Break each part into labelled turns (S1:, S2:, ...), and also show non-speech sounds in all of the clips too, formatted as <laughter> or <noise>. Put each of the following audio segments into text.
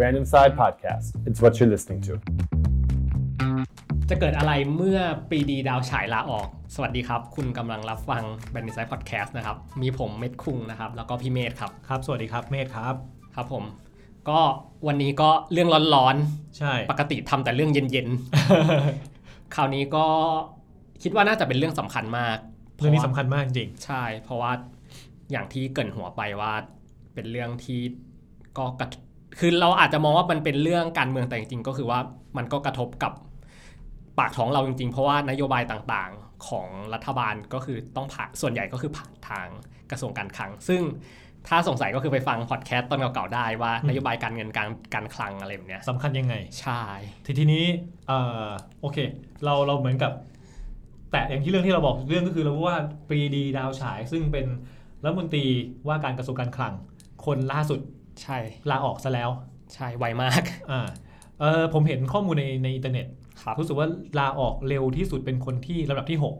S1: Random Side Podcast. It's what you're listening to.
S2: จะเกิดอะไรเมื่อปรีดีดาวฉายลาออก สวัสดีครับ คุณกำลังรับฟังแบนดิไซด์พอดแคสต์นะครับ มีผมเม็ดคุงนะครับ แล้วก็พี่เมธครับ
S3: ครับ สวัสดีครับ เมธครับ
S2: ครับผม ก็วันนี้ก็เรื่องร้อน
S3: ใช่
S2: ๆ ปกติทำแต่เรื่องเย็นๆ <laughs> คราวนี้ก็คิดว่าน่าจะเป็นเรื่องสำคัญมาก
S3: เรื่องนี้สำคัญมากจริง
S2: ใช่ เพราะว่าอย่างที่เกรินหัวไปว่าเป็นเรื่องที่ก็กระทคือเราอาจจะมองว่ามันเป็นเรื่องการเมืองแต่จริงๆ ก็คือว่ามันก็กระทบกับปากท้องเราจริงๆ เพราะว่านโยบายต่างๆของรัฐบาลก็คือต้องผ่านส่วนใหญ่ก็คือผ่านทางกระทรวงการคลัง ซึ่งถ้าสงสัยก็คือไปฟังพอดแคสต์ตอนเก่าๆได้ว่า นโยบายการเงินการการคลังอะไรแบบเนี้ย
S3: สำคัญยังไง
S2: ใช่
S3: ทีทีนี้เอ่อโอเค เราเราเหมือนกับ แต่อย่างที่เรื่องที่เราบอกเรื่องก็คือเรารู้ว่าปรีดีดาวฉาย ซึ่งเป็นรัฐมนตรีว่าการกระทรวงการคลัง คนล่าสุด
S2: ใช่
S3: ลาออกซะแล้ว
S2: ใช่ไวมาก
S3: อ่าเออผมเห็นข้อมูลในในอินเทอร์เน็ต
S2: ครับ
S3: รู้สึกว่าลาออกเร็วที่สุดเป็นคนที่ลำดับที่
S2: <laughs> อู้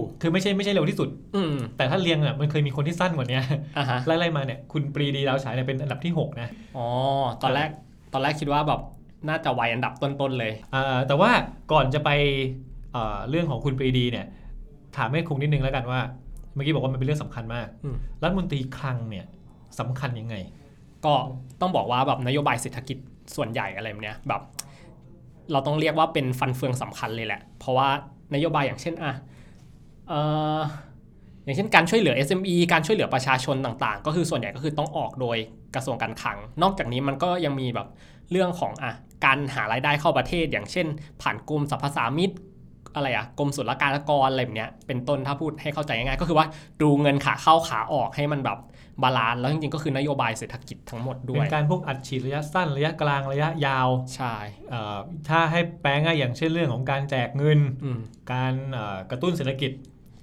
S3: 6 คือไม่ใช่ไม่ใช่เร็วที่สุด
S2: อืม
S3: แต่ถ้าเรียงอ่ะมันเคยมีคนที่สั้นกว่านี้
S2: อ่ะฮะ
S3: ไล่ๆมาเนี่ยคุณปรีดีดาวฉายเนี่ยเป็นอันดับที่หกนะ
S2: อ๋อ ตอนแรก ตอนแรกคิดว่าแบบน่าจะไวยอันดับต้น ๆ เลย
S3: อ่าแต่ว่าก่อนจะไปเอ่อเรื่องของคุณปรีดีเนี่ยถามให้คุงนิดนึงแล้วกันว่า เมื่อกี้บอกว่ามันเป็นเรื่องสำคัญมาก
S2: อืม
S3: รัฐมนตรีคลังเนี่ยสำคัญยังไง
S2: ก็ต้องบอกว่าแบบนโยบายเศรษฐกิจส่วนใหญ่อะไรแบบเนี้ยแบบ เราต้องเรียกว่าเป็นฟันเฟืองสำคัญเลยแหละ เพราะว่านโยบายอย่างเช่นอ่ะเอ่ออย่างเช่นการช่วยเหลือ SME การช่วยเหลือประชาชนต่างๆ ก็คือส่วนใหญ่ก็คือต้องออกโดยกระทรวงการคลัง นอกจากนี้มันก็ยังมีแบบเรื่องของอ่ะการหารายได้เข้าประเทศ อย่างเช่น ผ่านกรมสรรพสามิตอะไรอะกรมศุลกากรอะไรแบบเนี้ยเป็นต้นถ้าพูดให้เข้าใจง่ายๆก็คือว่าดูเงินขาเข้าขาออกให้มันแบบบาลานซ์แล้วจริงๆก็คือนโยบายเศรษฐกิจทั้งหมดด้
S3: เป็
S2: วย
S3: นการพวกอัดฉีดระยะสั้นระยะกลางระยะยาว
S2: ใช่
S3: เอ่อถ้าให้แปลง่ายอย่างเช่นเรื่องของการแจกเงิน
S2: อืม
S3: การเอ่อกระตุ้นเศรษฐกิจ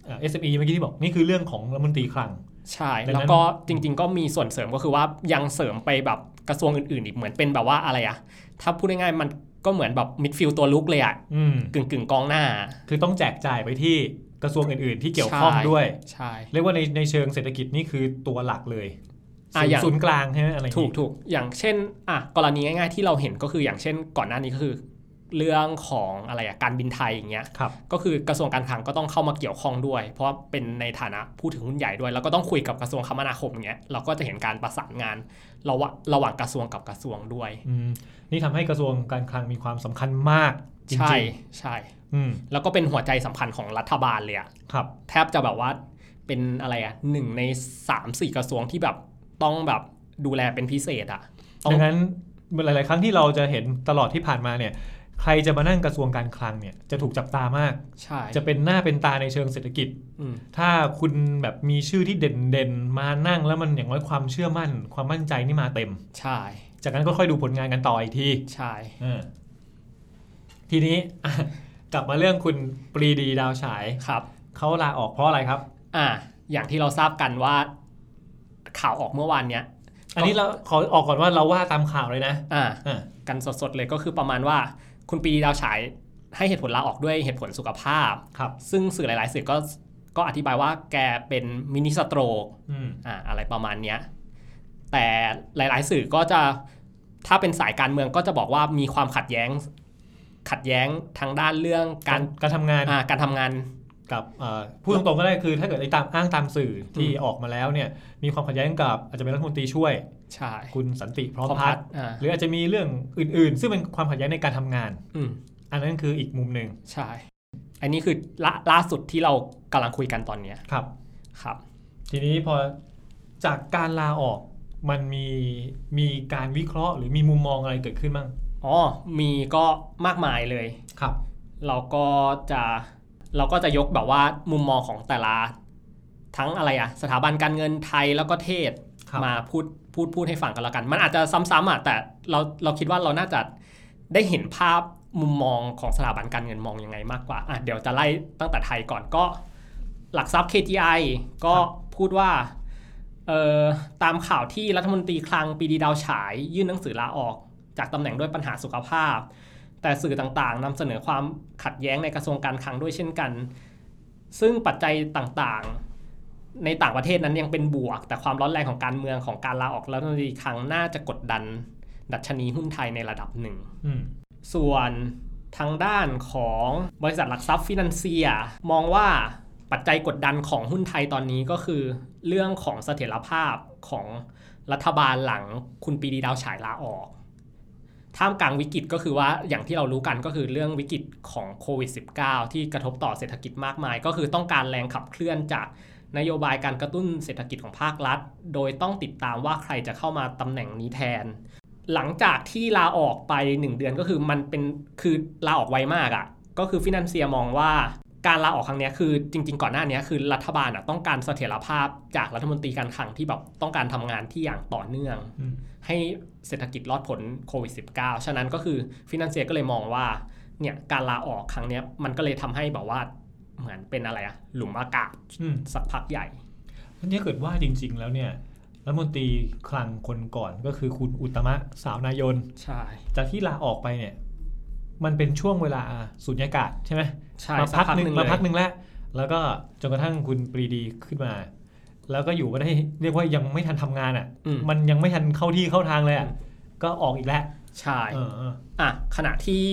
S3: เอ่อ SME เมื่อกี้ที่บอกนี่คือเรื่องของรัฐมนตรีคลัง
S2: ใช่
S3: ดังนั้น
S2: แล้วก็จริง ๆ ก็มีส่วนเสริมก็คือว่ายังเสริมไปแบบกระทรวงอื่นๆอีกเหมือนเป็นแบบว่าอะไรอะถ้าพูดง่ายๆมันก็เหมือนแบบมิดฟิลตัวลุกเลยอะ
S3: อืม
S2: กึ่งกึ่งๆกองหน้า
S3: คือต้องแจกจ่ายไปที่กระทรวงอื่นๆ ที่เกี่ยวข้อง
S2: ใช่
S3: ด้วย
S2: ใช่
S3: เรียกว่าในในเชิงเศรษฐกิจนี่คือตัวหลักเลย
S2: อ่ะอย่าง
S3: ศูนย์กลางใช่ไหมอะไรอย่าง
S2: ถู
S3: งี้
S2: กถูกอย่างเช่นอ่ะกรณีง่ายๆที่เราเห็นก็คืออย่างเช่นก่อนหน้านี้ก็คือ เรื่องของอะไรอะการบินไทยอย่างเงี้ย
S3: ครับ
S2: ก็คือกระทรวงการคลังก็ต้องเข้ามาเกี่ยวข้องด้วย เพราะว่าเป็นในฐานะผู้ถือหุ้นใหญ่ด้วย แล้วก็ต้องคุยกับกระทรวงคมนาคมอย่างเงี้ยเราก็จะเห็นการประสานงานระหว่างระหว่างกระทรวงกับกระทรวงด้วย
S3: อืมนี่ทำให้กระทรวงการคลังมีความสำคัญมากจริง
S2: ใช่
S3: ๆ
S2: ใช่
S3: อืม
S2: แล้วก็เป็นหัวใจสำคัญของรัฐบาลเลยอะ
S3: ครับ
S2: แทบจะแบบว่าเป็นอะไรอะหนึ่งในสามสี่กระทรวงที่แบบต้องแบบดูแลเป็นพิเศษอะต้อง
S3: ดังนั้นหลาย ๆ ครั้งที่เราจะเห็นตลอดที่ผ่านมาเนี่ย ใครจะมานั่งกระทรวงการคลังเนี่ยจะถูกจับตามาก
S2: ใช่
S3: จะเป็นหน้าเป็นตาในเชิงเศรษฐกิจ
S2: อืม
S3: ถ้าคุณแบบมีชื่อที่เด่น ๆ มานั่งแล้วมันอย่างน้อยความเชื่อมั่น ความมั่นใจนี่มาเต็ม
S2: ใช่
S3: จากนั้นก็ค่อยดูผลงานกันต่ออีกที
S2: ใช่
S3: อ่าทีนี้ <laughs> กลับมาเรื่องคุณปรีดีดาวฉาย
S2: ครับ
S3: เขาลาออกเพราะอะไรครับ
S2: อ่า อย่างที่เราทราบกันว่าข่าวออกเมื่อวานเนี้ย
S3: อันนี้เราขอออกก่อนว่าเราว่าตามข่าวเลยนะ
S2: อ่า
S3: อ่า
S2: กันสดๆเลยก็คือประมาณว่า คุณปรีดีดาวฉายให้เหตุผลลาออกด้วยเหตุผลสุขภาพ
S3: ครับ
S2: ซึ่งสื่อหลาย ๆ สื่อก็ก็อธิบายว่าแกเป็นมินิสโตรก
S3: อืม
S2: อ่าอะไรประมาณเนี้ยแต่หลาย ๆ สื่อก็จะถ้าเป็นสายการเมืองก็จะบอกว่ามีความขัดแย้ง ขัดแย้งทางด้านเรื่อง
S3: กา
S2: การ ร
S3: การทำงาน
S2: อ่าการทำงาน
S3: กับเอ่อพูดตรงๆก็ได้คือ ถ้าเกิดไอ้ตามอ้างตามสื่อที่ออกมาแล้วเนี่ย มีความขัดแย้งกับอาจจะเป็นรัฐมนตรีช่วย
S2: ใช่
S3: คุณสันติพร้อม
S2: คม
S3: พัฒน์
S2: อ่า
S3: หรืออาจจะมีเรื่องอื่น ๆ ซึ่งเป็นความขัดแย้งในการทำงาน
S2: อืม
S3: อันนั้นคืออีกมุมหนึ่ง
S2: ใช่ อันนี้คือล่าล่าสุดที่เรากำลังคุยกันตอนเนี้ย
S3: ครับ
S2: ครับ
S3: ทีนี้พอจากการลาออกมันมีมีการวิเคราะห์ หรือมีมุมมองอะไรเกิดขึ้นบ้าง
S2: อ๋อ มีก็มากมายเลย
S3: ครับ
S2: เราก็จะเราก็จะยกแบบว่ามุมมองของแต่ละทั้งอะไรอะสถาบันการเงินไทยแล้วก็เทศ
S3: ครับ
S2: มาพูดพูดพูดให้ฟังกันแล้วกัน มันอาจจะซ้ำๆอะแต่เราเราคิดว่าเราน่าจะได้เห็นภาพมุมมองของสถาบันการเงินมองยังไงมากกว่าอ่ะเดี๋ยวจะไล่ตั้งแต่ไทยก่อนก็ หลักทรัพย์ KTI ก็พูดว่าเอ่อตามข่าวที่รัฐมนตรีคลังปรีดีดาวฉาย ยื่นหนังสือลาออก จากตำแหน่งด้วยปัญหาสุขภาพ แต่สื่อต่างๆนำเสนอความขัดแย้งในกระทรวงการคลังด้วยเช่นกัน ซึ่งปัจจัยต่างๆ ในต่างประเทศนั้นยังเป็นบวก แต่ความร้อนแรงของการเมืองของการลาออกแล้วในครั้งหน้าจะกดดันดัชนีหุ้นไทยในระดับหนึ่ง
S3: อืม
S2: ส่วนทางด้านของบริษัทหลักทรัพย์ฟินันเซีย มองว่าปัจจัยกดดันของหุ้นไทยตอนนี้ก็คือ เรื่องของเสถียรภาพของรัฐบาลหลังคุณปรีดีดาวฉายลาออก ท่ามกลางวิกฤตก็คือว่าอย่างที่เรารู้กันก็คือเรื่องวิกฤตของโควิด -19 ที่กระทบต่อเศรษฐกิจมากมาย ก็คือต้องการแรงขับเคลื่อนจากนโยบายการกระตุ้นเศรษฐกิจของภาครัฐ โดยต้องติดตามว่าใครจะเข้ามาตำแหน่งนี้แทน หลังจากที่ลาออกไป 1 เดือนก็คือมันเป็นคือลาออกไวมากอะ่ะ ก็คือฟินันเซียมองว่าการลาออกครั้งเนี้ยคือจริง ๆ ก่อนหน้าเนี้ยคือรัฐบาลอะ่ะต้องการเสถียรภาพจากรัฐมนตรีการคลังที่แบบต้องการทำงานที่อย่างต่อเนื่อง
S3: อืม
S2: ให้เศรษฐกิจรอดผลโควิด -19 ฉะนั้นก็คือฟินันเซียก็เลยมองว่าเนี่ยการลาออกครั้งเนี้ยมันก็เลยทำให้แบบว่าเหมือนเป็นอะไรอะหลุมอากาศ
S3: อืม
S2: สักพักใหญ่
S3: แล้วเนี่ยเกิดว่าจริง ๆ แล้วเนี่ยรัฐมนตรีคลังคนก่อนก็คือคุณอุตตมะสาวนายน
S2: ใช่
S3: จากที่ลาออกไปเนี่ย มันเป็นช่วงเวลาสุญญากาศใช่ไหม
S2: ใช่
S3: มา
S2: สั
S3: พักหนึ่ง
S2: เล
S3: มาย พักหนึ่งแล้วแล้วก็จนกระทั่งคุณปรีดีขึ้นมา แล้วก็อยู่ก็ได้เรียกว่ายังไม่ทันทำงานอ่ะ
S2: อืม
S3: มันยังไม่ทันเข้าที่เข้าทางเลยอ่ะ
S2: อืม
S3: ก็ออกอีกแล้ว
S2: ใช่
S3: เออเออ
S2: อ่ะขณะที่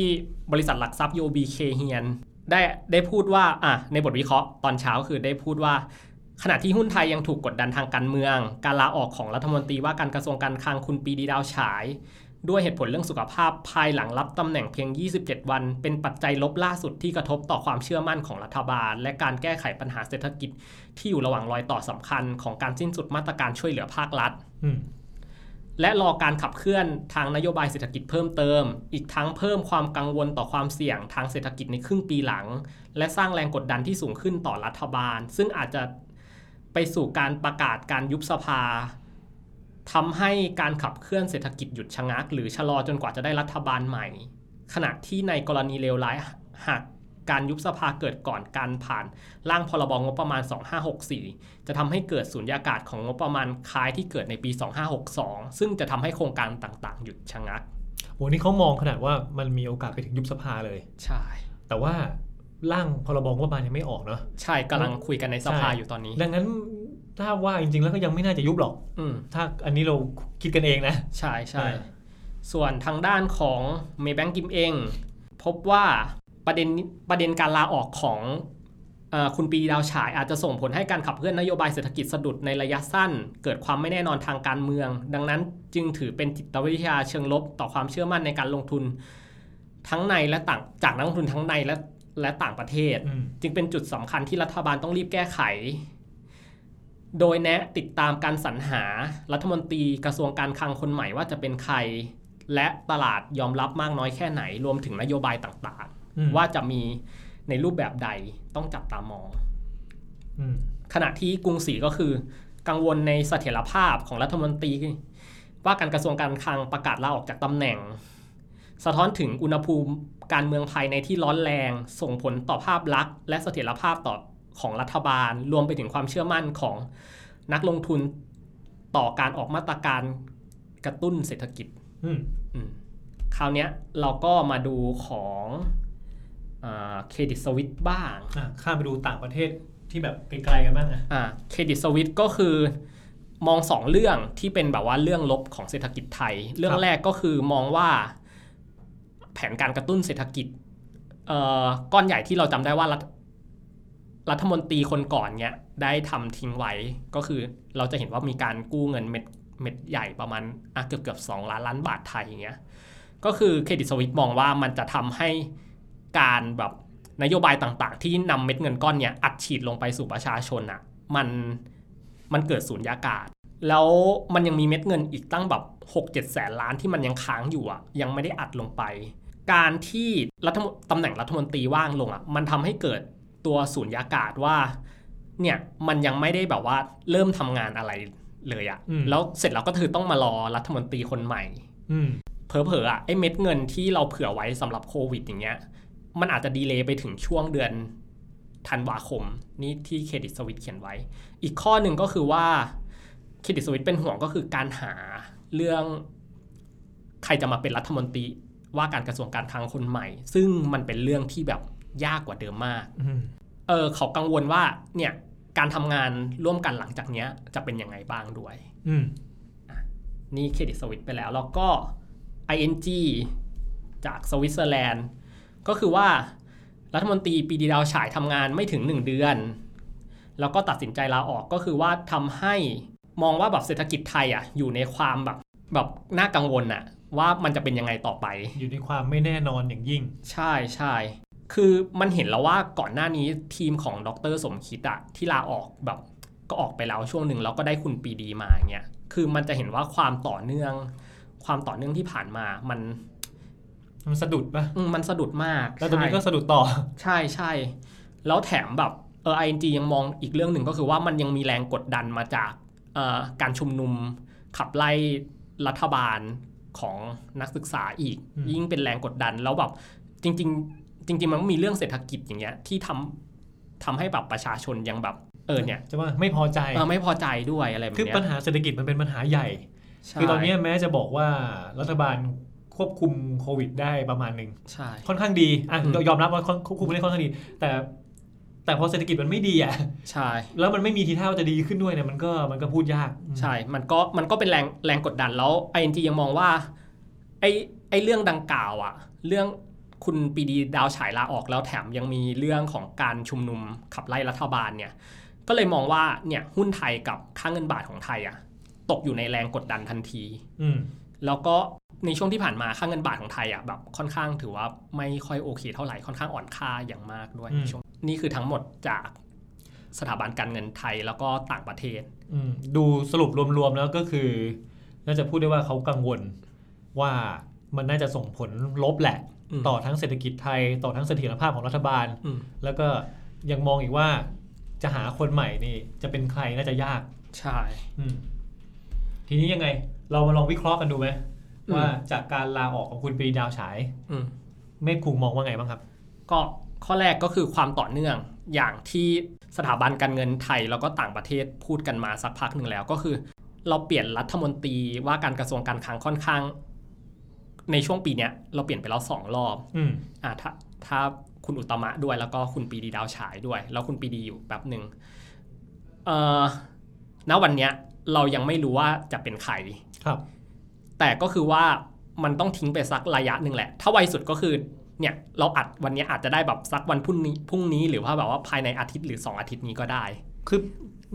S2: บริษัทหลักทรัพย์ UOB K เฮียนได้ได้พูดว่าอ่ะในบทวิเคราะห์ตอนเช้าคือได้พูดว่า ขณะที่หุ้นไทยยังถูกกดดันทางการเมือง การลาออกของรัฐมนตรีว่าการกระทรวงการคลังคุณปรีดีดาวฉาย ด้วยเหตุผลเรื่องสุขภาพภายหลังรับตำแหน่งเพียง 27 วัน เป็นปัจจัยลบล่าสุดที่กระทบต่อความเชื่อมั่นของรัฐบาล และการแก้ไขปัญหาเศรษฐกิจที่อยู่ระหว่างรอยต่อสำคัญ ของการสิ้นสุดมาตรการช่วยเหลือภาครัฐ
S3: อืม
S2: และรอการขับเคลื่อนทางนโยบายเศรษฐกิจเพิ่มเติม อีกทั้งเพิ่มความกังวลต่อความเสี่ยงทางเศรษฐกิจในครึ่งปีหลัง และสร้างแรงกดดันที่สูงขึ้นต่อรัฐบาล ซึ่งอาจจะไปสู่การประกาศการยุบสภาทำให้การขับเคลื่อนเศรษฐกิจหยุดชะงัก หรือชะลอจนกว่าจะได้รัฐบาลใหม่ ขณะที่ในกรณีเลวร้ายหากการยุบสภาเกิดก่อนการผ่านร่างพรบงบประมาณ 2564 จะทำให้เกิดสุญญากาศของงบประมาณคล้ายที่เกิดในปี 2562 ซึ่งจะทำให้โครงการต่างๆ หยุดชะงัก
S3: โหนี่เขามองขนาดว่ามันมีโอกาสไปถึงยุบสภาเลย
S2: ใช่
S3: แต่ว่าร่างพรบงบประมาณยังไม่ออกเนาะ
S2: ใช่กำลังคุยกันในสภา
S3: ใช่
S2: อยู่ตอนนี้
S3: ดังนั้นถ้าว่าจริง ๆ แล้วก็ยังไม่น่าจะยุบหรอก
S2: อืม
S3: ถ้าอันนี้เราคิดกันเองนะ
S2: ใช่ใช่
S3: อ่า
S2: ส่วนทางด้านของเมย์แบงกิมเอง พบว่าประเด็นประเด็นการลาออกของเออคุณปรีดาวฉายอาจจะส่งผลให้การขับเคลื่อนนโยบายเศรษฐกิจสะดุดในระยะสั้น เกิดความไม่แน่นอนทางการเมือง ดังนั้นจึงถือเป็นจิตวิทยาเชิงลบต่อความเชื่อมั่นในการลงทุน ทั้งในและต่างจากนักลงทุนทั้งในและและต่างประเทศ
S3: อืม
S2: จึงเป็นจุดสำคัญที่รัฐบาลต้องรีบแก้ไข โดยแนะติดตามการสรรหารัฐมนตรีกระทรวงการคลังคนใหม่ว่าจะเป็นใคร และตลาดยอมรับมากน้อยแค่ไหน รวมถึงนโยบายต่าง
S3: อืม
S2: ๆ ว่าจะมีในรูปแบบใดต้องจับตามอง
S3: อืม
S2: ขณะที่กรุงศรีก็คือ กังวลในเสถียรภาพของรัฐมนตรี ว่าการกระทรวงการคลังประกาศลาออกจากตำแหน่ง สะท้อนถึงอุณหภูมิการเมืองภายในที่ร้อนแรง ส่งผลต่อภาพลักษณ์และเสถียรภาพต่อของรัฐบาล รวมไปถึงความเชื่อมั่นของนักลงทุนต่อการออกมาตรการกระตุ้นเศรษฐกิจ
S3: อืม
S2: อืมคราวเนี้ยเราก็มาดูของเครดิตสวิตบ้าง
S3: อ่ะข้ามไปดูต่างประเทศที่แบบไกลๆกันบ้างนะ
S2: เครดิตสวิตก็คือมองสองเรื่องที่เป็นแบบว่าเรื่องลบของเศรษฐกิจไทย เรื่องแรกก็คือมองว่าแผนการกระตุ้นเศรษฐกิจเอ่อก้อนใหญ่ที่เราจำได้ว่ารัฐรัฐมนตรีคนก่อนเนี่ยได้ทำทิ้งไว้ก็คือเราจะเห็นว่ามีการกู้เงินเม็ดเม็ดใหญ่ประมาณอ่ะเกือบเกือบสองล้านล้านบาทไทยอย่างเงี้ยก็คือเครดิตสวิตมองว่ามันจะทำให้การแบบ นโยบายต่างๆ ที่นำเม็ดเงินก้อนเนี้ยอัดฉีดลงไปสู่ประชาชนอ่ะมันมันเกิดสูญญากาศ แล้วมันยังมีเม็ดเงินอีกตั้งแบบ 6 7 แสนล้านที่มันยังค้างอยู่อ่ะยังไม่ได้อัดลงไป การที่รัฐมนตำแหน่งรัฐมนตรีว่างลงอ่ะมันทำให้เกิดตัวสูญญากาศว่าเนี่ยมันยังไม่ได้แบบว่าเริ่มทำงานอะไรเลยอ่ะ
S3: อืม
S2: แล้วเสร็จแล้วก็คือต้องมารอรัฐมนตรีคนใหม่
S3: อืม
S2: เผลอๆอ่ะไอ้เม็ดเงินที่เราเผื่อไว้สำหรับโควิดอย่างเงี้ย มันอาจจะดีเลย์ไปถึงช่วงเดือนธันวาคม นี่ที่เครดิตสวิตเขียนไว้ อีกข้อหนึ่งก็คือว่าเครดิตสวิตเป็นห่วงก็คือการหาเรื่องใครจะมาเป็นรัฐมนตรีว่าการกระทรวงการคลังคนใหม่ ซึ่งมันเป็นเรื่องที่แบบยากกว่าเดิมมาก
S3: อืม
S2: เออเขากังวลว่าเนี่ย การทำงานร่วมกันหลังจากเนี้ยจะเป็นยังไงบ้างด้วย
S3: อืม
S2: นี่เครดิตสวิตไปแล้ว แล้วก็ ING จากสวิตเซอร์แลนด์ ก็คือว่ารัฐมนตรีปรีดีดาวฉายทำงานไม่ถึง 1 เดือน แล้วก็ตัดสินใจลาออกก็คือว่าทำให้มองว่าแบบเศรษฐกิจไทยอ่ะอยู่ในความแบบแบบน่ากังวลอ่ะว่ามันจะเป็นยังไงต่อไป
S3: อยู่ในความไม่แน่นอนอย่างยิ่ง
S2: ใช่ใช่ คือมันเห็นแล้วว่าก่อนหน้านี้ทีมของดรสมคิดอะที่ลาออกแบบก็ออกไปแล้วช่วงหนึ่งแล้วก็ได้คุณปรีดีมาอย่างเงี้ย คือมันจะเห็นว่าความต่อเนื่อง ความต่อเนื่องที่ผ่านมา มัน
S3: มันสะดุดปะ
S2: อืมมันสะดุดมาก
S3: แล้วตอนนี้
S2: ใช่
S3: ก็สะดุดต่อ
S2: ใช่ใช่แล้วแถมแบบเออ ING ยังมองอีกเรื่องหนึ่งก็คือว่ามันยังมีแรงกดดันมาจากเอ่อการชุมนุมขับไล่รัฐบาลของนักศึกษาอีก
S3: อืม
S2: ยิ่งเป็นแรงกดดันแล้วแบบจริง ๆ จริง ๆ มันก็มีเรื่องเศรษฐกิจอย่างเงี้ยที่ทำทำให้แบบประชาชนยังแบบเออเนี่ย
S3: จะว่าไม่พอใจ
S2: เออไม่พอใจด้วยอะไรแบบ
S3: คือ
S2: เนี้
S3: ปัญ
S2: ย
S3: หาเศรษฐกิจมันเป็นปัญหาใหญ่ คือตอนเนี้ยแม้จะบอกว่ารัฐบาลควบคุมโควิดได้ประมาณหนึ่ง
S2: ใช่
S3: ค่อนข้างดีอ่ะ
S2: อืม
S3: ยอมรับว่าค่อนควบคุมได้ค่อนข้างดี แต่แต่พอเศรษฐกิจมันไม่ดีอ่ะ
S2: ใช่
S3: แล้วมันไม่มีทีท่าว่าจะดีขึ้นด้วยเนี่ยมันก็มันก็พูดยาก
S2: ใช่มันก็มันก็เป็นแรงแรงกดดันแล้ว ING ยังมองว่า ไอ้ไอ้เรื่องดังกล่าวอะเรื่องคุณปรีดีดาวฉายลาออกแล้วแถมยังมีเรื่องของการชุมนุมขับไล่รัฐบาลเนี่ย ก็เลยมองว่าเนี่ยหุ้นไทยกับค่าเงินบาทของไทยอะตกอยู่ในแรงกดดันทันที
S3: อืม
S2: แล้วก็ในช่วงที่ผ่านมาค่าเงินบาทของไทยอะแบบค่อนข้างถือว่าไม่ค่อยโอเคเท่าไหร่ค่อนข้างอ่อนค่าอย่างมากด้วยในช่วงนี่คือทั้งหมดจากสถาบันการเงินไทยแล้วก็ต่างประเทศ
S3: อืมดูสรุปรวมๆแล้วก็คือน่าจะพูดได้ว่าเขากังวลว่ามันน่าจะส่งผลลบแหละ
S2: อืม
S3: ต่อทั้งเศรษฐกิจไทย ต่อทั้งเสถียรภาพของรัฐบาล
S2: อืม
S3: แล้วก็ยังมองอีกว่าจะหาคนใหม่นี่จะเป็นใครน่าจะยาก
S2: ใช่
S3: อืมทีนี้ยังไง เรามาลองวิเคราะห์กันดูไหม
S2: อืม
S3: ว่าจากการลาออกของคุณปรีดาวฉาย
S2: อืม
S3: เมฆคุงมองว่าไงบ้างครับ
S2: ก็ข้อแรกก็คือความต่อเนื่องอย่างที่สถาบันการเงินไทยแล้วก็ต่างประเทศพูดกันมาสักพักหนึ่งแล้วก็คือ เราเปลี่ยนรัฐมนตรีว่าการกระทรวงการคลังค่อนข้าง ในช่วงปีเนี้ยเราเปลี่ยนไปแล้วสองรอบ
S3: อืม
S2: อ่าถ้าถ้าคุณอุตตมะด้วยแล้วก็คุณปรีดีดาวฉายด้วย แล้วคุณปรีดีอยู่แป๊บหนึ่งเอ่อณวันเนี้ยเรายังไม่รู้ว่าจะเป็นใคร
S3: ครับ
S2: แต่ก็คือว่ามันต้องทิ้งไปสักระยะหนึ่งแหละ ถ้าไวสุดก็คือเนี่ยเราอัดวันเนี้ยอาจจะได้แบบสักวันพรุ่งนี้พรุ่งนี้หรือว่าแบบว่าภายในอาทิตย์หรือ 2 อาทิตย์นี้ก็ได้
S3: คือ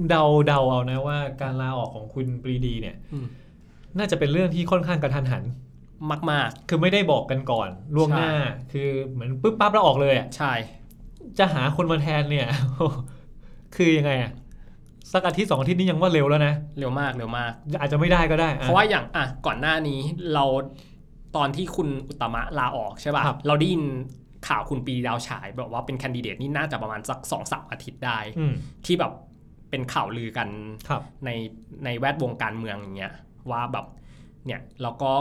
S3: เดาเดาเอานะว่าการลาออกของคุณปรีดีเนี่ย
S2: อืม
S3: น่าจะเป็นเรื่องที่ค่อนข้างกระทันหัน
S2: มาก
S3: คือไม่ได้บอกกันก่อนล่วงหน้า คือเหมือนปึ๊บปั๊บแล้วออกเลยอะ
S2: ๆ ใช่
S3: จะหาคนมาแทนเนี่ย <laughs> คือยังไงอะสักอาทิตย์สองอาทิตย์นี้ยังว่าเร็วแล้วนะ
S2: เร็วมากเร็วมาก
S3: อาจจะไม่ได้ก็ได้อ
S2: เพราะว่าอย่างอ่ะก่อนหน้านี้เราตอนที่คุณอุตตมะลาออกใช่
S3: ครั
S2: ป่ะ
S3: บ
S2: เราได้ยินข่าวคุณปรีดาวฉายแบบว่าเป็นแคนดิเดตนี่น่าจะประมาณสักสองสามอาทิตย์ได้
S3: อืม
S2: ที่แบบเป็นข่าวลือกัน
S3: ครับ
S2: ในในแวดวงการเมืองอย่างเงี้ยว่าแบบเนี่ยเราก็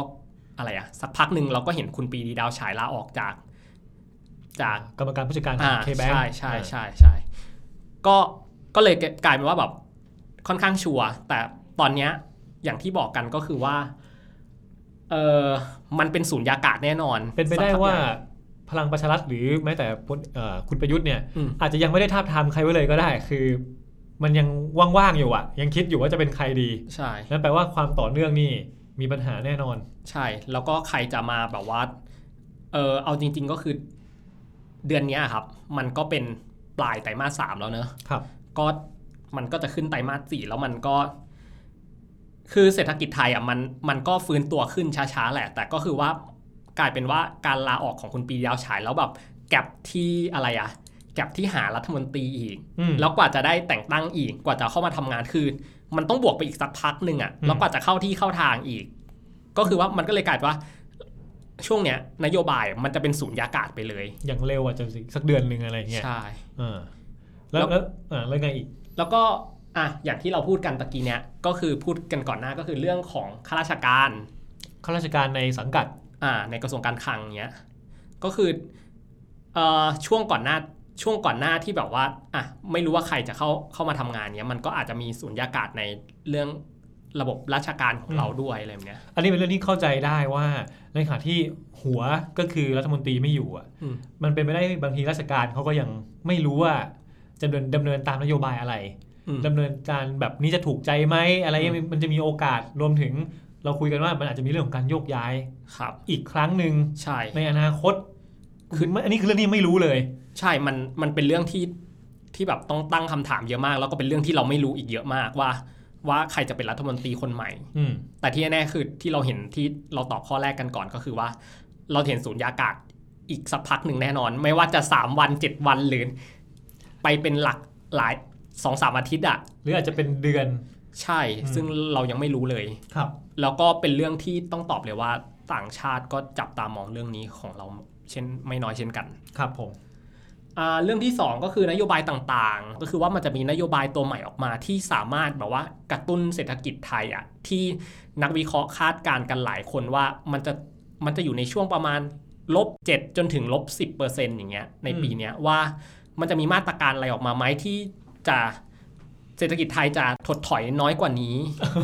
S2: อะไรอะสักพักหนึ่งเราก็เห็นคุณปรีดีดาวฉายลาออกจาก จาก
S3: กรรมการผู้จัดการ
S2: อ่า
S3: เคแบง
S2: ใช่ใช่ใช่ใช่ก็ก็เลยกลายเป็นว่าแบบค่อนข้างชัวร์แต่ตอนเนี้ยอย่างที่บอกกันก็คือว่าเออมันเป็นศูนยากาศแน่นอน
S3: เป็นไปได้
S2: สักพัก
S3: ว่า
S2: ใหญ่
S3: พลังประชารัฐหรือแม้แต่พลเอ่อคุณประยุทธ์เนี่ย
S2: อืม
S3: อาจจะยังไม่ได้ทาบทามใครไว้เลยก็ได้ คือมันยังว่างๆอยู่อะยังคิดอยู่ว่าจะเป็นใครดี
S2: ใช่
S3: นั่นแปลว่าความต่อเนื่องนี่มีปัญหาแน่นอน
S2: ใช่ แล้วก็ใครจะมาแบบว่าเออเอาจริง ๆก็คือเดือนเนี้ยครับ มันก็เป็นปลายไตรมาสสามแล้วเนอะ
S3: ครับ
S2: ก็มันก็จะขึ้นไตรมาสสี่แล้วมันก็ คือเศรษฐกิจไทยอ่ะมันมันก็ฟื้นตัวขึ้นช้าๆแหละ แต่ก็คือว่ากลายเป็นว่าการลาออกของคุณปรีดาวฉายแล้วแบบแก็บที่อะไรอ่ะแก็บที่หารัฐมนตรีอีก
S3: อืม
S2: แล้วกว่าจะได้แต่งตั้งอีกกว่าจะเข้ามาทำงานคือ มันต้องบวกไปอีกสักพักหนึ่งอ่ะ
S3: อืม
S2: แล้วกว่าจะเข้าที่เข้าทางอีก ก็คือว่ามันก็เลยกลายเป็นว่า ช่วงเนี้ย นโยบายมันจะเป็นสูญญากาศไปเลย
S3: อย่างเร็วอาจจะสักเดือนหนึ่งอะไรอย่างเงี้ย
S2: ใช่
S3: เออแล้วแล้วอ่าแล้วไงอีก
S2: แล้วก็อ่ะอย่างที่เราพูดกันตะกี้เนี่ยก็คือพูดกันก่อนหน้าก็คือเรื่องของข้าราชการ
S3: ข้าราชการในสังกัด
S2: อ่าในกระทรวงการคลังเนี้ยก็คือเอ่อช่วงก่อนหน้าช่วงก่อนหน้าที่แบบว่าอ่ะไม่รู้ว่าใครจะเข้าเข้ามาทำงานเนี้ยมันก็อาจจะมีสุญญากาศในเรื่องระบบราชการของเราด้วยอะไรแบบเนี้ย
S3: อันนี้เป็นเรื่องที่เข้าใจได้ว่าในขณะที่หัวก็คือรัฐมนตรีไม่อยู่อะ
S2: อืม
S3: มันเป็นไปได้บางทีราชการเขาก็ยังไม่รู้ว่าจะดำเนินดำเนินตามนโยบายอะไร
S2: อืม
S3: ดำเนินการแบบนี้จะถูกใจไหมอะไรเงี้ยมันจะมีโอกาสรวมถึง เราคุยกันว่ามันอาจจะมีเรื่องของการโยกย้าย
S2: ครับ
S3: อีกครั้งหนึ่ง
S2: ใช่
S3: ในอนาคตคืออันนี้คือเรื่องที่ไม่รู้เลย
S2: ใช่ มัน มันเป็นเรื่องที่ ที่แบบต้องตั้งคำถามเยอะมาก แล้วก็เป็นเรื่องที่เราไม่รู้อีกเยอะมากว่า ว่าใครจะเป็นรัฐมนตรีคนใหม่
S3: อืม
S2: แต่ที่แน่ๆคือที่เราเห็นที่เราตอบข้อแรกกันก่อนก็คือว่า เราเห็นศูนย์ยากาศอีกสักพักหนึ่งแน่นอน ไม่ว่าจะสามวันเจ็ดวันหรือไปเป็นหลักหลายสองสามอาทิตย์อ่ะ
S3: หรืออาจจะเป็นเดือน
S2: ใช่
S3: อืม
S2: ซึ่งเรายังไม่รู้เลย
S3: ครับ
S2: แล้วก็เป็นเรื่องที่ต้องตอบเลยว่าต่างชาติก็จับตามองเรื่องนี้ของเราเช่นไม่น้อยเช่นกัน
S3: ครับผม
S2: อ่าเรื่องที่ 2 ก็คือนโยบายต่างๆ ก็คือว่ามันจะมีนโยบายตัวใหม่ออกมาที่สามารถแบบว่ากระตุ้นเศรษฐกิจไทยอ่ะที่นักวิเคราะห์คาดการณ์กันหลายคนว่ามันจะมันจะอยู่ในช่วงประมาณลบ7จนถึงลบ10เปอร์เซ็นต์อย่างเงี้ยใน
S3: อืม
S2: ปีเนี้ยว่ามันจะมีมาตรการอะไรออกมาไหมที่จะเศรษฐกิจไทยจะถดถอยน้อยกว่านี้
S3: <laughs>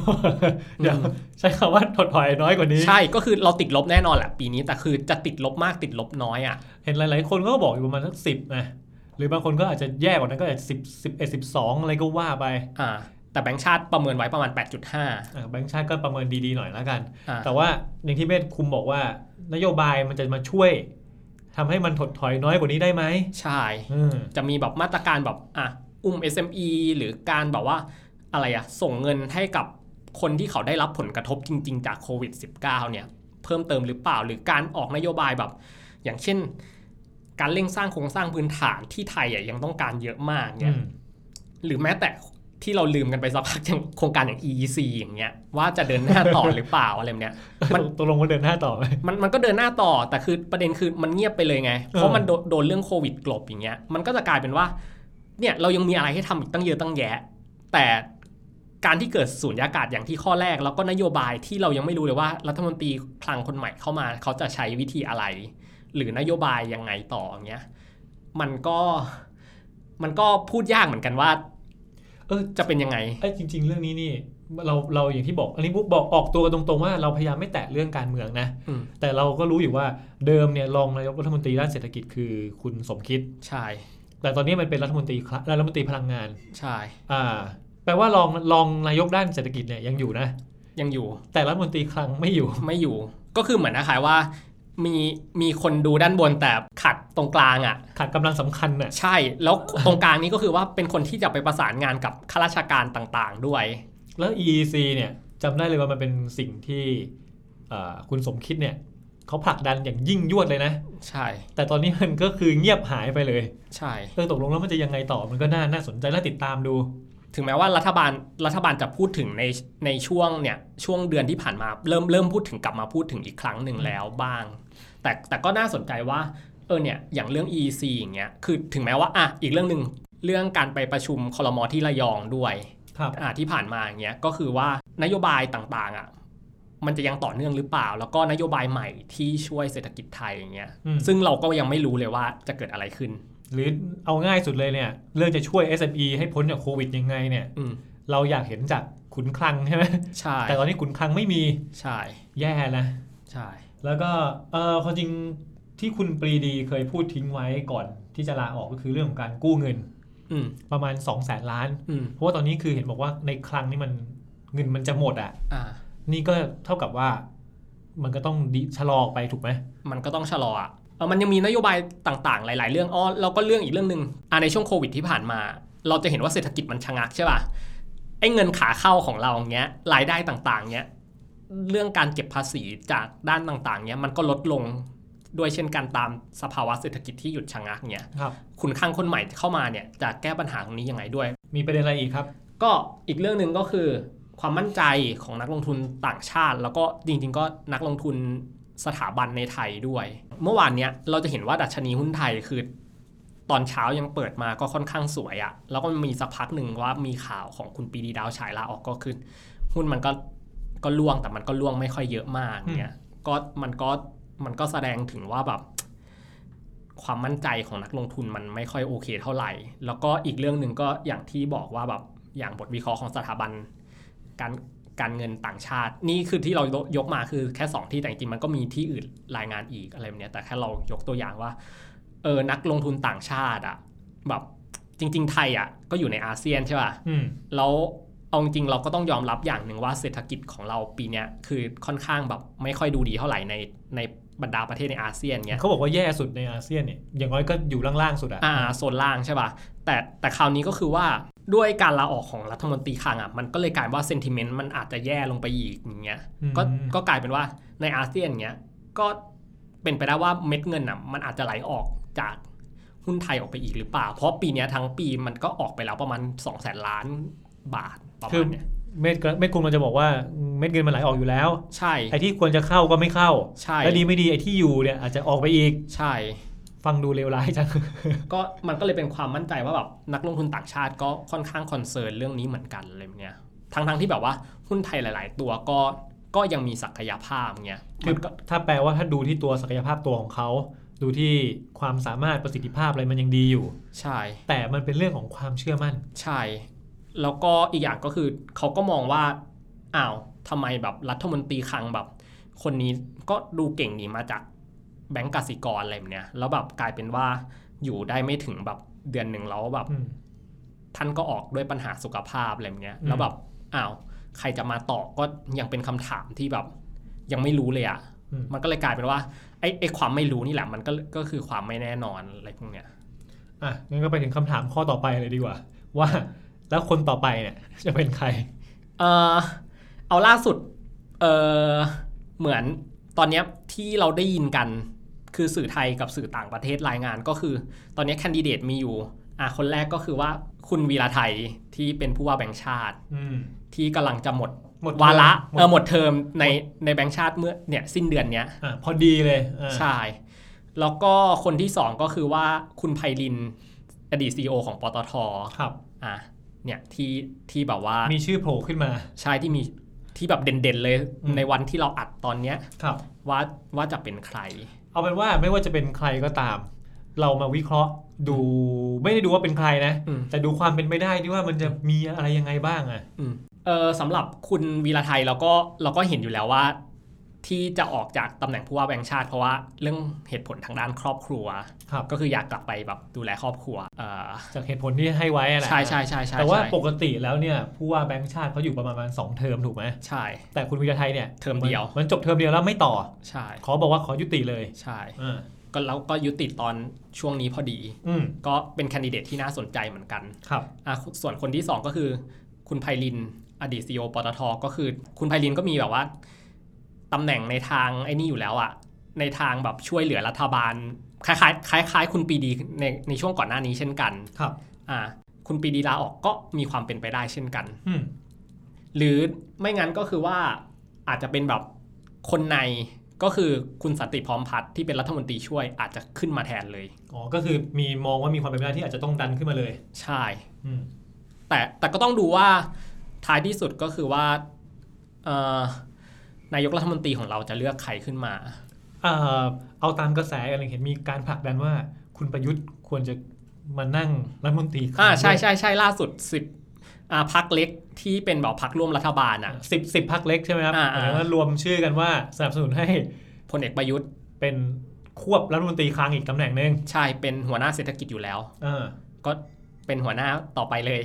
S3: เดี๋ยวใช้คำว่าถดถอยน้อยกว่านี้
S2: ใช่ก็คือเราติดลบแน่นอนแหละปีนี้แต่คือจะติดลบมากติดลบน้อยอ่ะ
S3: เห็นหลาย ๆ คนก็บอกอยู่ประมาณสักสิบนะ หรือบางคนก็อาจจะแย่กว่านั้นก็อาจจะสิบสิบเอ็ดสิบสองอะไรก็ว่าไป
S2: อ่า แต่แบงก์ชาติประเมินไว้ประมาณ 8.5
S3: อ่ะแบงค์ชาติก็ประเมินดี ๆ หน่อยแล้วกัน
S2: อ่า
S3: แต่ว่าอย่างที่เมธคุมบอกว่า นโยบายมันจะมาช่วยทำให้มันถดถอยน้อยกว่านี้ได้ไหม
S2: ใช่
S3: อืม
S2: จะมีแบบมาตรการแบบอ่ะอุ้ม SME หรือการแบบว่าอะไรอะส่งเงินให้กับคนที่เขาได้รับผลกระทบจริง ๆ จากโควิด -19 เนี่ย เพิ่มเติมหรือเปล่าหรือการออกนโยบายแบบ อย่างเช่น การเร่งสร้างโครงสร้างพื้นฐานที่ไทยอะยังต้องการเยอะมากเนี่ยหรือแม้แต่ที่เราลืมกันไปสักพักอย่างโครงการอย่าง EEC อย่างเงี้ยว่าจะเดินหน้าต่อ หรือเปล่าอะไรแบบเนี้ย มั
S3: มัน น <laughs> ตกลงว่าเดินหน้าต่อไหม <laughs>
S2: มันมันก็เดินหน้าต่อแต่คือประเด็นคือมันเงียบไปเลยไง เพ
S3: เอ
S2: ราะ
S3: อ
S2: มันโดนโดนเรื่องโควิดกลบอย่างเงี้ยมันก็จะกลายเป็นว่าเนี่ยเรายังมีอะไรให้ทำอีกตั้งเยอะตั้งแยะ แต่การที่เกิดสูญญากาศอย่างที่ข้อแรก แล้วก็นโยบายที่เรายังไม่รู้เลยว่ารัฐมนตรีคลังคนใหม่เข้ามา เขาจะใช้วิธีอะไร หรือนโยบายยังไงต่ออย่างเงี้ยมันก็มันก็พูดยากเหมือนกันว่า
S3: เออ
S2: จะเป็นยังไง
S3: ไอ้ยจริง ๆ เรื่องนี้นี่ เราเราอย่างที่บอก อันนี้บุ๊กบอกออกตัวกันตรง ๆ ว่าเราพยายามไม่แตะเรื่องการเมืองนะ
S2: อืม
S3: แต่เราก็รู้อยู่ว่าเดิมเนี่ยรองนายกรัฐมนตรีด้านเศรษฐกิจคือคุณสมคิด
S2: ใช่
S3: แต่ตอนนี้มันเป็นรัฐมนตรีคละรัฐมนตรีพลังงาน
S2: ใช่
S3: อ่า แปลว่ารองรองนายกด้านเศรษฐกิจเนี่ยยังอยู่นะ
S2: ยังอยู่
S3: แต่รัฐมนตรีคลังไม่อยู่
S2: ไม่อยู่ก็คือเหมือนนะคะว่า มีมีคนดูด้านบนแต่ขัดตรงกลางอะ่ะ
S3: ขาดกำลังสำคัญน่ะ
S2: ใช่แล้วตรงกลางนี้ก็คือว่าเป็นคนที่จะไปประสานงานกับข้าราชการต่างๆ ด้วย
S3: แล้ว EEC เนี่ยจำได้เลยว่ามันเป็นสิ่งที่อ่าคุณสมคิดเนี่ยเขาผลักดันอย่างยิ่งยวดเลยนะ
S2: ใช่
S3: แต่ตอนนี้มันก็คือเงียบหายไปเลย
S2: ใช่
S3: เออตกลงแล้วมันจะยังไงต่อมันก็น่าน่าสนใจน่าติดตามดู
S2: ถึงแม้ว่ารัฐบาลรัฐบาลจะพูดถึงในในช่วงเนี่ยช่วงเดือนที่ผ่านมาเริ่มเริ่มพูดถึงกลับมาพูดถึงอีกครั้งหนึ่งแล้วบ้าง แต่แต่ก็น่าสนใจว่าเออเนี่ยอย่างเรื่อง EC อย่างเงี้ยคือถึงแม้ว่าอ่ะอีกเรื่องหนึ่งเรื่องการไปประชุมคลมที่ระยองด้วย
S3: ครับ
S2: อ่าที่ผ่านมาอย่างเงี้ยก็คือว่านโยบายต่างๆอ่ะมันจะยังต่อเนื่องหรือเปล่า แล้วก็นโยบายใหม่ที่ช่วยเศรษฐกิจไทยอย่างเงี้ย
S3: อืม
S2: ซึ่งเราก็ยังไม่รู้เลยว่าจะเกิดอะไรขึ้น
S3: หรือเอาง่ายสุดเลยเนี่ยเรื่องจะช่วย SME ให้พ้นจากโควิดยังไงเนี่ย
S2: อืม
S3: เราอยากเห็นจากขุนคลังใช่ไหม
S2: ใช่
S3: แต่ตอนนี้ขุนคลังไม่มี
S2: ใช่
S3: แย่นะ
S2: ใช่
S3: แล้วก็เออความจริงที่คุณปรีดีเคยพูดทิ้งไว้ก่อนที่จะลาออกก็คือเรื่องของการกู้เงิน
S2: อืม
S3: ประมาณ 2 0 0แสนล้าน
S2: อืม
S3: เพราะว่าตอนนี้คือเห็นบอกว่าในคลังนี่มันเงินมันจะหมดอะ่ะ
S2: อ่า
S3: นี่ก็เท่ากับว่ามันก็ต้องดิชะลอไปถูกไหม
S2: มันก็ต้องชะลออ่ะเออมันยังมีนโยบายต่างๆ หลาย ๆ เรื่องอ้อแล้วก็เรื่องอีกเรื่องหนึ่งอ่าในช่วงโควิดที่ผ่านมา เราจะเห็นว่าเศรษฐกิจมันชะงักใช่ป่ะไอ้เงินขาเข้าของเราอย่างเงี้ยรายได้ต่างๆเงี้ย เรื่องการเก็บภาษีจากด้านต่างๆ เนี่ยมันก็ลดลงด้วยเช่นกันตามสภาวะเศรษฐกิจที่หยุดชะงักเนี่ย
S3: ครับ
S2: คุณข้างคนใหม่เข้ามาเนี่ยจะแก้ปัญหาตรงนี้ยังไงด้วย
S3: มีประเด็นอะไรอีกครับ
S2: ก็อีกเรื่องหนึ่งก็คือ ความมั่นใจของนักลงทุนต่างชาติ แล้วก็จริงๆก็นักลงทุนสถาบันในไทยด้วย เมื่อวานเนี้ยเราจะเห็นว่าดัชนีหุ้นไทยคือ ตอนเช้ายังเปิดมาก็ค่อนข้างสวยอะแล้วก็มีสักพักหนึ่งว่ามีข่าวของคุณปรีดีดาวฉายลาออกก็คือหุ้นมันก็ก็ล่วงแต่มันก็ล่วงไม่ค่อยเยอะมากเนี่ยก็มันก็มันก็แสดงถึงว่าแบบ ความมั่นใจของนักลงทุนมันไม่ค่อยโอเคเท่าไหร่ แล้วก็อีกเรื่องหนึ่งก็อย่างที่บอกว่าแบบอย่างบทวิเคราะห์ของสถาบันการการเงินต่างชาติ นี่คือที่เรายกมาคือแค่ 2 ที่แต่จริงๆมันก็มีที่อื่นรายงานอีกอะไรแบบเนี้ยแต่แค่เรายกตัวอย่างว่าเออนักลงทุนต่างชาติอะแบบ จริง ๆ ไทยอ่ะก็อยู่ในอาเซียนใช่ป่ะ
S3: อืม
S2: แล้วเอาจริงๆเราก็ต้องยอมรับอย่างหนึ่งว่าเศรษฐกิจของเราปีเนี้ยคือค่อนข้างแบบไม่ค่อยดูดีเท่าไหร่ในในบรรดาประเทศในอาเซียนเงี้ย
S3: เขาบอกว่าแย่สุดในอาเซียนเนี่ยอย่างน้อยก็อยู่ล่างๆสุดอะ
S2: อ่าโซนล่างใช่ป่ะแต่แต่คราวนี้ก็คือว่าด้วยการลาออกของรัฐมนตรีคลังอ่ะมันก็เลยกลายว่าเซนติเมนต์มันอาจจะแย่ลงไปอีกอย่างเงี้ยก็
S3: อืม
S2: ก็กลายเป็นว่าในอาเซียนเงี้ยก็เป็นไปได้ว่าเม็ดเงินอ่ะมันอาจจะไหลออกจากหุ้นไทยออกไปอีกหรือเปล่า เพราะปีเนี้ยทั้งปีมันก็ออกไปแล้วประมาณ2องแสนล้านบาทประ
S3: คือ
S2: มาณเนี้ย
S3: เม็ดเม็ดคุณมันจะบอกว่าเม็ดเงินมันไหลออกอยู่แล้ว
S2: ใช่
S3: ไอ้ที่ควรจะเข้าก็ไม่เข้า
S2: ใช่
S3: แล้วดีไม่ดีไอ้ที่อยู่เนี่ยอาจจะออกไปอีก
S2: ใช่
S3: ฟังดูเลวร้าย <laughs> จัง
S2: ก็มันก็เลยเป็นความมั่นใจว่าแบบนักลงทุนต่างชาติก็ค่อนข้างคอนเซิร์นเรื่องนี้เหมือนกันอะไรแบบเนี่ยทั้งทั้งๆที่แบบว่าหุ้นไทยหลาย ๆ ตัวก็ก็ยังมีศักยภาพเงี้ย
S3: คือถ้าแปลว่าถ้าดูที่ตัวศักยภาพตัวของเขา ดูที่ความสามารถประสิทธิภาพอะไรมันยังดีอยู่
S2: ใช่
S3: แต่มันเป็นเรื่องของความเชื่อมั่น
S2: ใช่ แล้วก็อีกอย่างก็คือเขาก็มองว่าอ้าวทำไมแบบรัฐมนตรีคลังแบบ คนนี้ก็ดูเก่งหนีมาจากแบงก์กสิกรอะไรแบบเนี้ยแล้วแบบกลายเป็นว่าอยู่ได้ไม่ถึงแบบเดือนหนึ่งแล้วแบบ ท่านก็ออกด้วยปัญหาสุขภาพอะไรแบบเนี้ย
S3: อืม
S2: แล้วแบบอ้าวใครจะมาตอบก็ยังเป็นคำถามที่แบบ ยังไม่รู้เลยอะ่ะ
S3: อืม
S2: มันก็เลยกลายเป็นว่าไอ้ไอ้ความไม่รู้นี่แหละมันก็ก็คือความไม่แน่นอนอะไรพวกเนี้ย
S3: อ่ะงั้นก็ไปถึงคำถามข้อต่อไปเลยดีกว่า ว่าแล้วคนต่อไปเนี่ยจะเป็นใคร
S2: เออเอาล่าสุดเออเหมือนตอนเนี้ยที่เราได้ยินกันคือสื่อไทยกับสื่อต่างประเทศรายงานก็คือ ตอนเนี้แคนดิเดตมีอยู่อ่ะคนแรกก็คือว่าคุณวีระไทยที่เป็นผู้ว่าแบงค์ชาติ
S3: อืม
S2: ที่กำลังจะหมด
S3: หมด
S2: วาระ
S3: เทอม
S2: เออห
S3: หมด
S2: มดเทอมในในแบงค์ชาติเมื่อเนี่ยสิ้นเดือนเนี้ย
S3: อ่ะพอดีเลยอ่ะ
S2: ใช่ แล้วก็คนที่สองก็คือว่าคุณไพลินอดีตซีอของปตท
S3: ครับ
S2: อ่ะเนี่ยที่ที่แบบว่า
S3: มีชื่อโผล่ขึ้นมา
S2: ใช่ที่มีที่แบบเด่นๆเลย
S3: อืม
S2: ในวันที่เราอัดตอนเนี้ย
S3: ครับ
S2: ว่าว่าจะเป็นใคร
S3: เอาเป็นว่าไม่ว่าจะเป็นใครก็ตาม เรามาวิเคราะห์ดูไม่ได้ดูว่าเป็นใครนะ
S2: อืม
S3: แต่ดูความเป็นไปได้ที่ว่ามันจะมีอะไรยังไงบ้างอ่ะ
S2: อืมเออสำหรับคุณวีระไทยเราก็เราก็เห็นอยู่แล้วว่า ที่จะออกจากตำแหน่งผู้ว่าแบงค์ชาติ เพราะว่าเรื่องเหตุผลทางด้านครอบครัว
S3: ครับ
S2: ก็คืออยากกลับไปแบบดูแลครอบครัวเอ่อ
S3: จากเหตุผลที่ให้ไว้อะนะ
S2: ใช่ใช่ใช่ใช่
S3: แต่ว่า
S2: ใช่
S3: ปกติแล้วเนี่ยผู้ว่าแบงค์ชาติเขาอยู่ประมาณประมาณสองเทอมถูกไหม
S2: ใช่
S3: แต่คุณวิทยาไทยเนี่ย
S2: เทอมเดียว
S3: นมันจบเทอมเดียวแล้วไม่ต่อ
S2: ใช่
S3: ขอบอกว่าขอยุติเลย
S2: ใช่
S3: อ่า
S2: ก็แล้วก็ยุติตอนช่วงนี้พอดี
S3: อืม
S2: ก็เป็นแคนดิเดตที่น่าสนใจเหมือนกัน
S3: ครับ
S2: อ่ะส่วนคนที่ 2 ก็คือ คุณไพลิน อดีตซีอปตทก็คือ คุณไพลินก็มีแบบว่าตำแหน่งในทางไอ้นี่อยู่แล้วอะในทางแบบช่วยเหลือรัฐบาล คล้ายๆคล้ายๆคุณปรีดีในในช่วงก่อนหน้านี้เช่นกัน
S3: ครับ
S2: อ่าคุณปรีดีลาออกก็มีความเป็นไปได้เช่นกัน
S3: อืม
S2: หรือไม่งั้นก็คือว่าอาจจะเป็นแบบคนในก็คือคุณสันติพร้อมพัฒน์ที่เป็นรัฐมนตรีช่วยอาจจะขึ้นมาแทนเลย
S3: อ๋อก็คือมีมองว่ามีความเป็นไปได้ที่อาจจะต้องดันขึ้นมาเลย
S2: ใช่
S3: อืม
S2: แต่แต่ก็ต้องดูว่าท้ายที่สุดก็คือว่าเอ่อนายกรัฐมนตรีของเราจะเลือกใครขึ้นมา
S3: อ่าเอาตามกระแสอะไรเห็นมีการผลักดันว่า คุณประยุทธ์ควรจะมานั่งรัฐมนตรี
S2: อ่าใช่ใช่ใช่ล่าสุดสิบอ่าพักเล็กที่เป็นแบบพักร่วมรัฐบาลอ่ะ
S3: สิบสิบพักเล็กใช่ไหมครับ
S2: อ่าอ่า
S3: แล้วก็รวมชื่อกันว่าสนับสนุนให้
S2: พลเอกประยุทธ์
S3: เป็นควบรัฐมนตรีคลังอีกตำแหน่งหนึ่ง
S2: ใช่เป็นหัวหน้าเศรษฐกิจอยู่แล้ว
S3: อ่า
S2: ก็เป็นหัวหน้าต่อไปเลย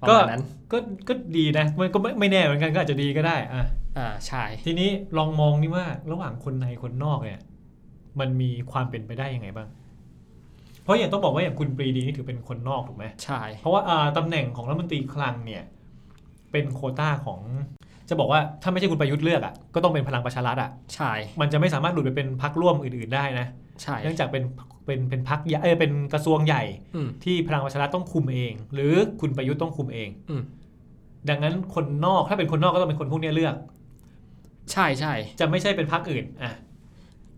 S2: ประ
S3: ก็
S2: มาณนั้น
S3: ก็ก็ดีนะมันก็ไม่ไม่แน่เหมือนกันก็อาจจะดีก็ได้อ่ะ
S2: อ่าใช่
S3: ทีนี้ลองมองนี่ว่าระหว่างคนในคนนอกเนี่ย มันมีความเป็นไปได้ยังไงบ้าง เพราะอย่างต้องบอกว่าอย่างคุณปรีดีนี่ถือเป็นคนนอกถูกไหม
S2: ใช่
S3: เพราะว่าอ่าตำแหน่งของรัฐมนตรีคลังเนี่ย เป็นโควต้าของ จะบอกว่าถ้าไม่ใช่คุณประยุทธ์เลือกอ่ะก็ต้องเป็นพลังประชารัฐอ่ะ
S2: ใช่
S3: มันจะไม่สามารถหลุดไปเป็นพักร่วมอื่นๆได้นะ
S2: ใช่
S3: เนื่องจากเป็นเป็นเป็นพักใหญ่เอยเป็นกระทรวงใหญ่
S2: อืม
S3: ที่พลังประชารัฐต้องคุมเอง หรือคุณประยุทธ์ต้องคุมเอง
S2: อืม
S3: ดังนั้นคนนอกถ้าเป็นคนนอกก็ต้องเป็นคนพวกเนี้ยเลือก
S2: ใช่ใช่
S3: จะไม่ใช่เป็นพรรคอื่นอ่ะ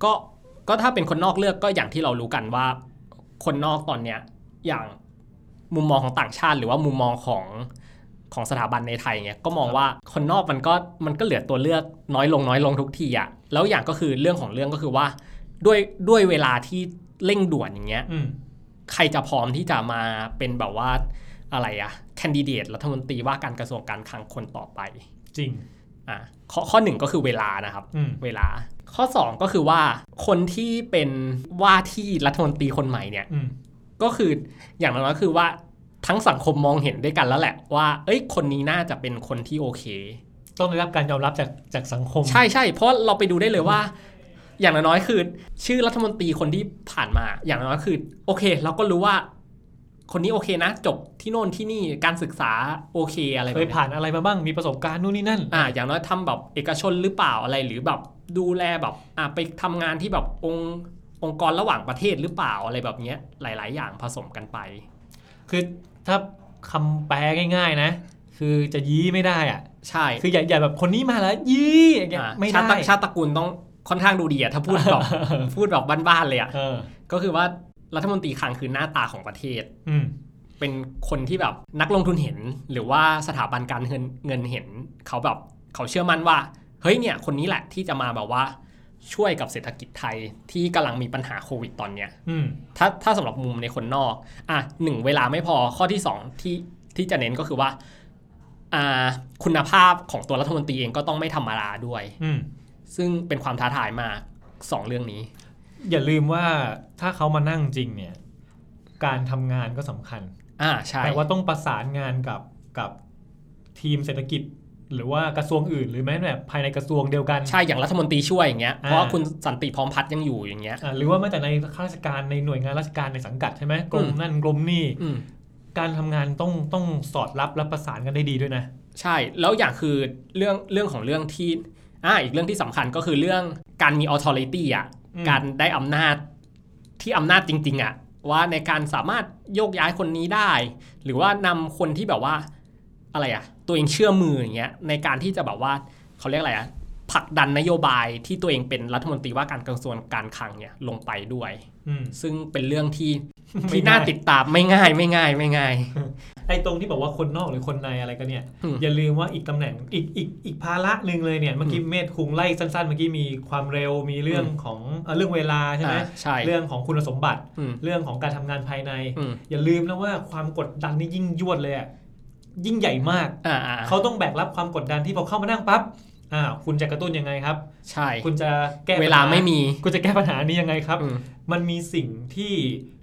S2: ก็ก็ถ้าเป็นคนนอกเลือกก็อย่างที่เรารู้กันว่า คนนอกตอนเนี้ยอย่างมุมมองของต่างชาติ หรือว่ามุมมองของของสถาบันในไทยเนี่ยก็มองว่าคนนอกมันก็มันก็เหลือตัวเลือกน้อยลงน้อยลงทุกทีอะแล้วอย่างก็คือเรื่องของเรื่องก็คือว่า ด้วยด้วยเวลาที่เร่งด่วนอย่างเงี้ย
S3: อืม
S2: ใครจะพร้อมที่จะมาเป็นแบบว่าอะไรอะแคนดิเดตรัฐมนตรีว่าการกระทรวงการคลังคนต่อไป
S3: จริง
S2: อ่ะข้อข้อหนึ่งก็คือเวลานะครับ
S3: อืม
S2: เวลาข้อ 2 ก็คือว่าคนที่เป็นว่าที่รัฐมนตรีคนใหม่เนี่ย
S3: อืม
S2: ก็คืออย่างน้อยๆคือว่าทั้งสังคมมองเห็นด้วยกันแล้วแหละ ว่า เอ้ยคนนี้น่าจะเป็นคนที่โอเค
S3: ต้องได้รับการยอมรับจากจากสังคม
S2: ใช่ใช่เพราะเราไปดูได้เลยว่า อย่างน้อยๆคือ ชื่อรัฐมนตรีคนที่ผ่านมา อย่างน้อยๆคือ โอเค เราก็รู้ว่า คนนี้โอเคนะ จบที่โน่นที่นี่การศึกษาโอเคอะไรแบบ
S3: เคย
S2: เนี้ย
S3: ผ่านอะไรมาบ้าง มีประสบการณ์นู่นนี่นั่น
S2: อ่าอย่างน้อยทำแบบเอกชนหรือเปล่าอะไรหรือแบบดูแลแบบอ่าไปทำงานที่แบบองค์องค์กรระหว่างประเทศหรือเปล่าอะไรแบบเนี้ยหลาย ๆ อย่างผสมกันไป
S3: คือถ้าคำแปลง่าย ๆ นะ คือจะยี้ไม่ได้อ่ะ
S2: ใช่
S3: คืออย่าอย่าแบบคนนี้มาแล้วยี่อย่างเงี้ย
S2: อ่า
S3: ไม่
S2: ชา
S3: ได้
S2: ติตระชาติตระกูลต้องค่อนข้างดูดีอะถ้าพูดแบบ <laughs> พูดแบบบ้านๆเลยอะ
S3: เออ
S2: ก็คือว่ารัฐมนตรีคลังคือหน้าตาของประเทศ
S3: อืม
S2: เป็นคนที่แบบนักลงทุนเห็น หรือว่าสถาบันการเงินเงินเห็น เขาแบบเขาเชื่อมั่นว่า เฮ้ยเนี่ยคนนี้แหละที่จะมาแบบว่าช่วยกับเศรษฐกิจไทยที่กำลังมีปัญหาโควิดตอนเนี้ย
S3: อืม
S2: ถ้าถ้าสำหรับมุมในคนนอก อ่ะหนึ่งเวลาไม่พอข้อที่สองที่ที่จะเน้นก็คือว่า อ่า คุณภาพของตัวรัฐมนตรีเองก็ต้องไม่ธรรมดาด้วย
S3: อืม
S2: ซึ่งเป็นความท้าทายมากสองเรื่องนี้
S3: อย่าลืมว่าถ้าเขามานั่งจริงเนี่ย การทำงานก็สำคัญ
S2: อ่าใช่
S3: แต่ว่าต้องประสานงานกับกับทีมเศรษฐกิจ หรือว่ากระทรวงอื่น หรือแม้แต่ภายในกระทรวงเดียวกัน
S2: ใช่อย่างรัฐมนตรีช่วยอย่างเงี้ย
S3: อ่า
S2: เพราะว่าคุณสันติพร้อมพัฒน์ยังอยู่อย่างเงี้ย
S3: อ่าหรือว่าแม้แต่ในข้าราชการในหน่วยงานราชการในสังกัดใช่ไหมกรม
S2: อืม
S3: นั่นกรมนี่
S2: อืม
S3: การทำงานต้องต้องสอดรับและประสานกันได้ดีด้วยนะ
S2: ใช่ แล้วอย่างคือเรื่องเรื่องของเรื่องที่อ่าอีกเรื่องที่สำคัญก็คือเรื่องการมี authority อ่ะ
S3: อืม
S2: การได้อำนาจที่อำนาจจริง ๆ อ่ะ ว่าในการสามารถโยกย้ายคนนี้ได้ หรือว่านำคนที่แบบว่าอะไรอ่ะ ตัวเองเชื่อมืออย่างเงี้ยในการที่จะแบบว่าเขาเรียกอะไรอ่ะผลักดันนโยบายที่ตัวเองเป็นรัฐมนตรีว่าการกระทรวงการคลังเนี่ยลงไปด้วย
S3: อืม
S2: ซึ่งเป็นเรื่องที่
S3: <laughs> ไม่
S2: ที่น่า
S3: ง่าย
S2: ติดตามไม่ง่ายไม่ง่ายไม่ง่าย
S3: ไอ้ตรงที่บอกว่าคนนอกหรือคนในอะไรกันเนี่ย
S2: อืม
S3: อย่าลืมว่าอีกตำแหน่งอีกอีกอีกภาระหนึ่งเลยเนี่ยเมื่อกี้เมธคุงไล่สั้นๆ เมื่อกี้มีความเร็วมีเรื่องของเอ่อเรื่องเวลาใช่ไหม
S2: อ่าใช่
S3: เรื่องของคุณสมบัติ
S2: อืม
S3: เรื่องของการทำงานภายใน
S2: อืม
S3: อย่าลืมนะว่าความกดดันนี่ยิ่งยวดเลยอะยิ่งใหญ่มาก
S2: อ่าอ่า
S3: เขาต้องแบกรับความกดดันที่พอเข้ามานั่งปั๊บอ่าคุณจะกระตุ้นยังไงครับ
S2: ใช่
S3: คุณจะแก้ปัญห
S2: เวลาไม่มี
S3: คุณจะแก้ปัญหานี้ยังไงครับ
S2: อืม
S3: มันมีสิ่งที่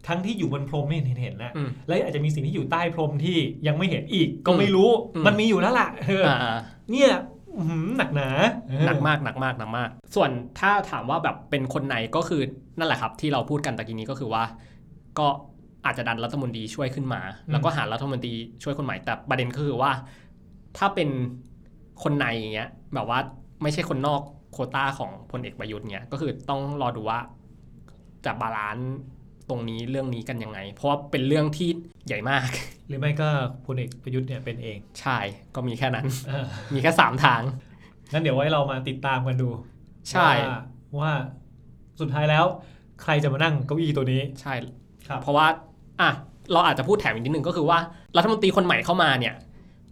S3: ทั้งที่อยู่บนพรมไม่เห็นเห็นนะ
S2: อืม
S3: และอาจจะมีสิ่งที่อยู่ใต้พรมที่ยังไม่เห็นอีก ก็
S2: อืม
S3: ไม่รู้
S2: อืม
S3: มันมีอยู่แล้วล่ะเออ
S2: อ่าอ่า
S3: เนี่ยอื้อหือหนักหนา
S2: หนัก
S3: เออ
S2: มากหนักมากหนักมาก ส่วนถ้าถามว่าแบบเป็นคนไหนก็คือนั่นแหละครับ ที่เราพูดกันตะกี้นี้ก็คือว่า ก็อาจจะดันรัฐมนตรีช่วยขึ้นมา แล้วก็หารัฐมนตรีช่วยคนใหม่แต่ประเด็นก็คือว่า ถ้าเป็นคนในอย่างเงี้ยแบบว่าไม่ใช่คนนอกโควต้าของพลเอกประยุทธ์เนี่ยก็คือต้องรอดูว่าจะบาลานซ์ตรงนี้เรื่องนี้กันยังไง เพราะว่าเป็นเรื่องที่ใหญ่มาก <laughs>
S3: หรือไม่ก็พลเอกประยุทธ์เนี่ยเป็นเอง
S2: ใช่ก็มีแค่นั้น
S3: เออ
S2: มีแค่สามทาง
S3: งั้นเดี๋ยวไว้เรามาติดตามกันดู
S2: ใช่
S3: ว่าว่าสุดท้ายแล้ว ใครจะมานั่งเก้าอี้ตัวนี้
S2: ใช่
S3: ครับ
S2: เพราะว่า อ่ะ เราอาจจะพูดแถมอีกนิดนึงก็คือว่า รัฐมนตรีคนใหม่เข้ามาเนี่ย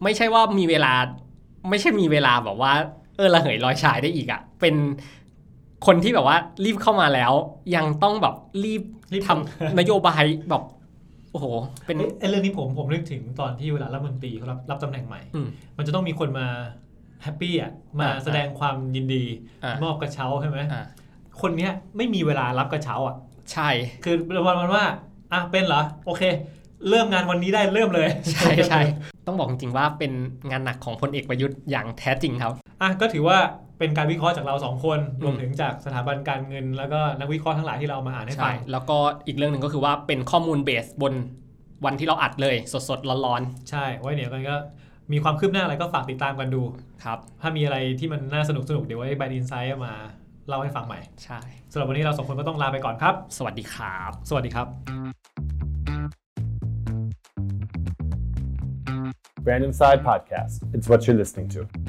S2: ไม่ใช่ว่ามีเวลา ไม่ใช่มีเวลาแบบว่า เออระเหยลอยชายได้อีกอะ่ะ เป็นคนที่แบบว่ารีบเข้ามาแล้ว ยังต้องแบบรีบ
S3: รีบ
S2: ทำ
S3: ทำ
S2: นโยบายแบบ โอ้โห เป็น
S3: เอ้ยไอ้เรื่องนี้ผมผมนึกถึงตอนที่เวลารัฐมนตรีเขารับรับตำแหน่งใหม่
S2: อืม
S3: มันจะต้องมีคนมาแฮปปี้อ่ะมา
S2: อ่า
S3: แสดงความยินดี
S2: อ่าม
S3: อบกระเช้าใช่ไหม
S2: อ่า
S3: คนเนี้ยไม่มีเวลารับกระเช้าอ่ะ
S2: ใช่
S3: คือวันวันว่า อ่ะ เป็นเหรอ โอเค เริ่มงานวันนี้ได้เริ่มเลย
S2: ใช่ใช่ ต้องบอกจริงๆว่าเป็นงานหนักของพลเอกประยุทธ์อย่างแท้จริงครับ
S3: อ่ะ ก็ถือว่าเป็นการวิเคราะห์จากเราสองคน
S2: อืม
S3: รวมถึงจากสถาบันการเงิน แล้วก็นักวิเคราะห์ทั้งหลายที่เราเอามาอ่านให้ฟั
S2: ใช่
S3: ง
S2: แล้วก็อีกเรื่องหนึ่งก็คือว่าเป็นข้อมูลเบสบนวันที่เราอัดเลย สดๆร้อน
S3: ใช่ ไว้เดี๋ยวกันก็มีความคืบหน้าอะไรก็ฝากติดตามกันดู
S2: ๆครับ
S3: ถ้ามีอะไรที่มันน่าสนุกสนุกๆเดี๋ยวไว้แบรนด์อินไซต์มาเล่าให้ฟังใหม่
S2: ใช่
S3: สำหรับวันนี้เราสองคนก็ต้องลาไปก่อนครับ
S2: สวัสดีครับ
S3: สวัสดีครับ
S1: Brand Inside Podcast. It's what you're listening to.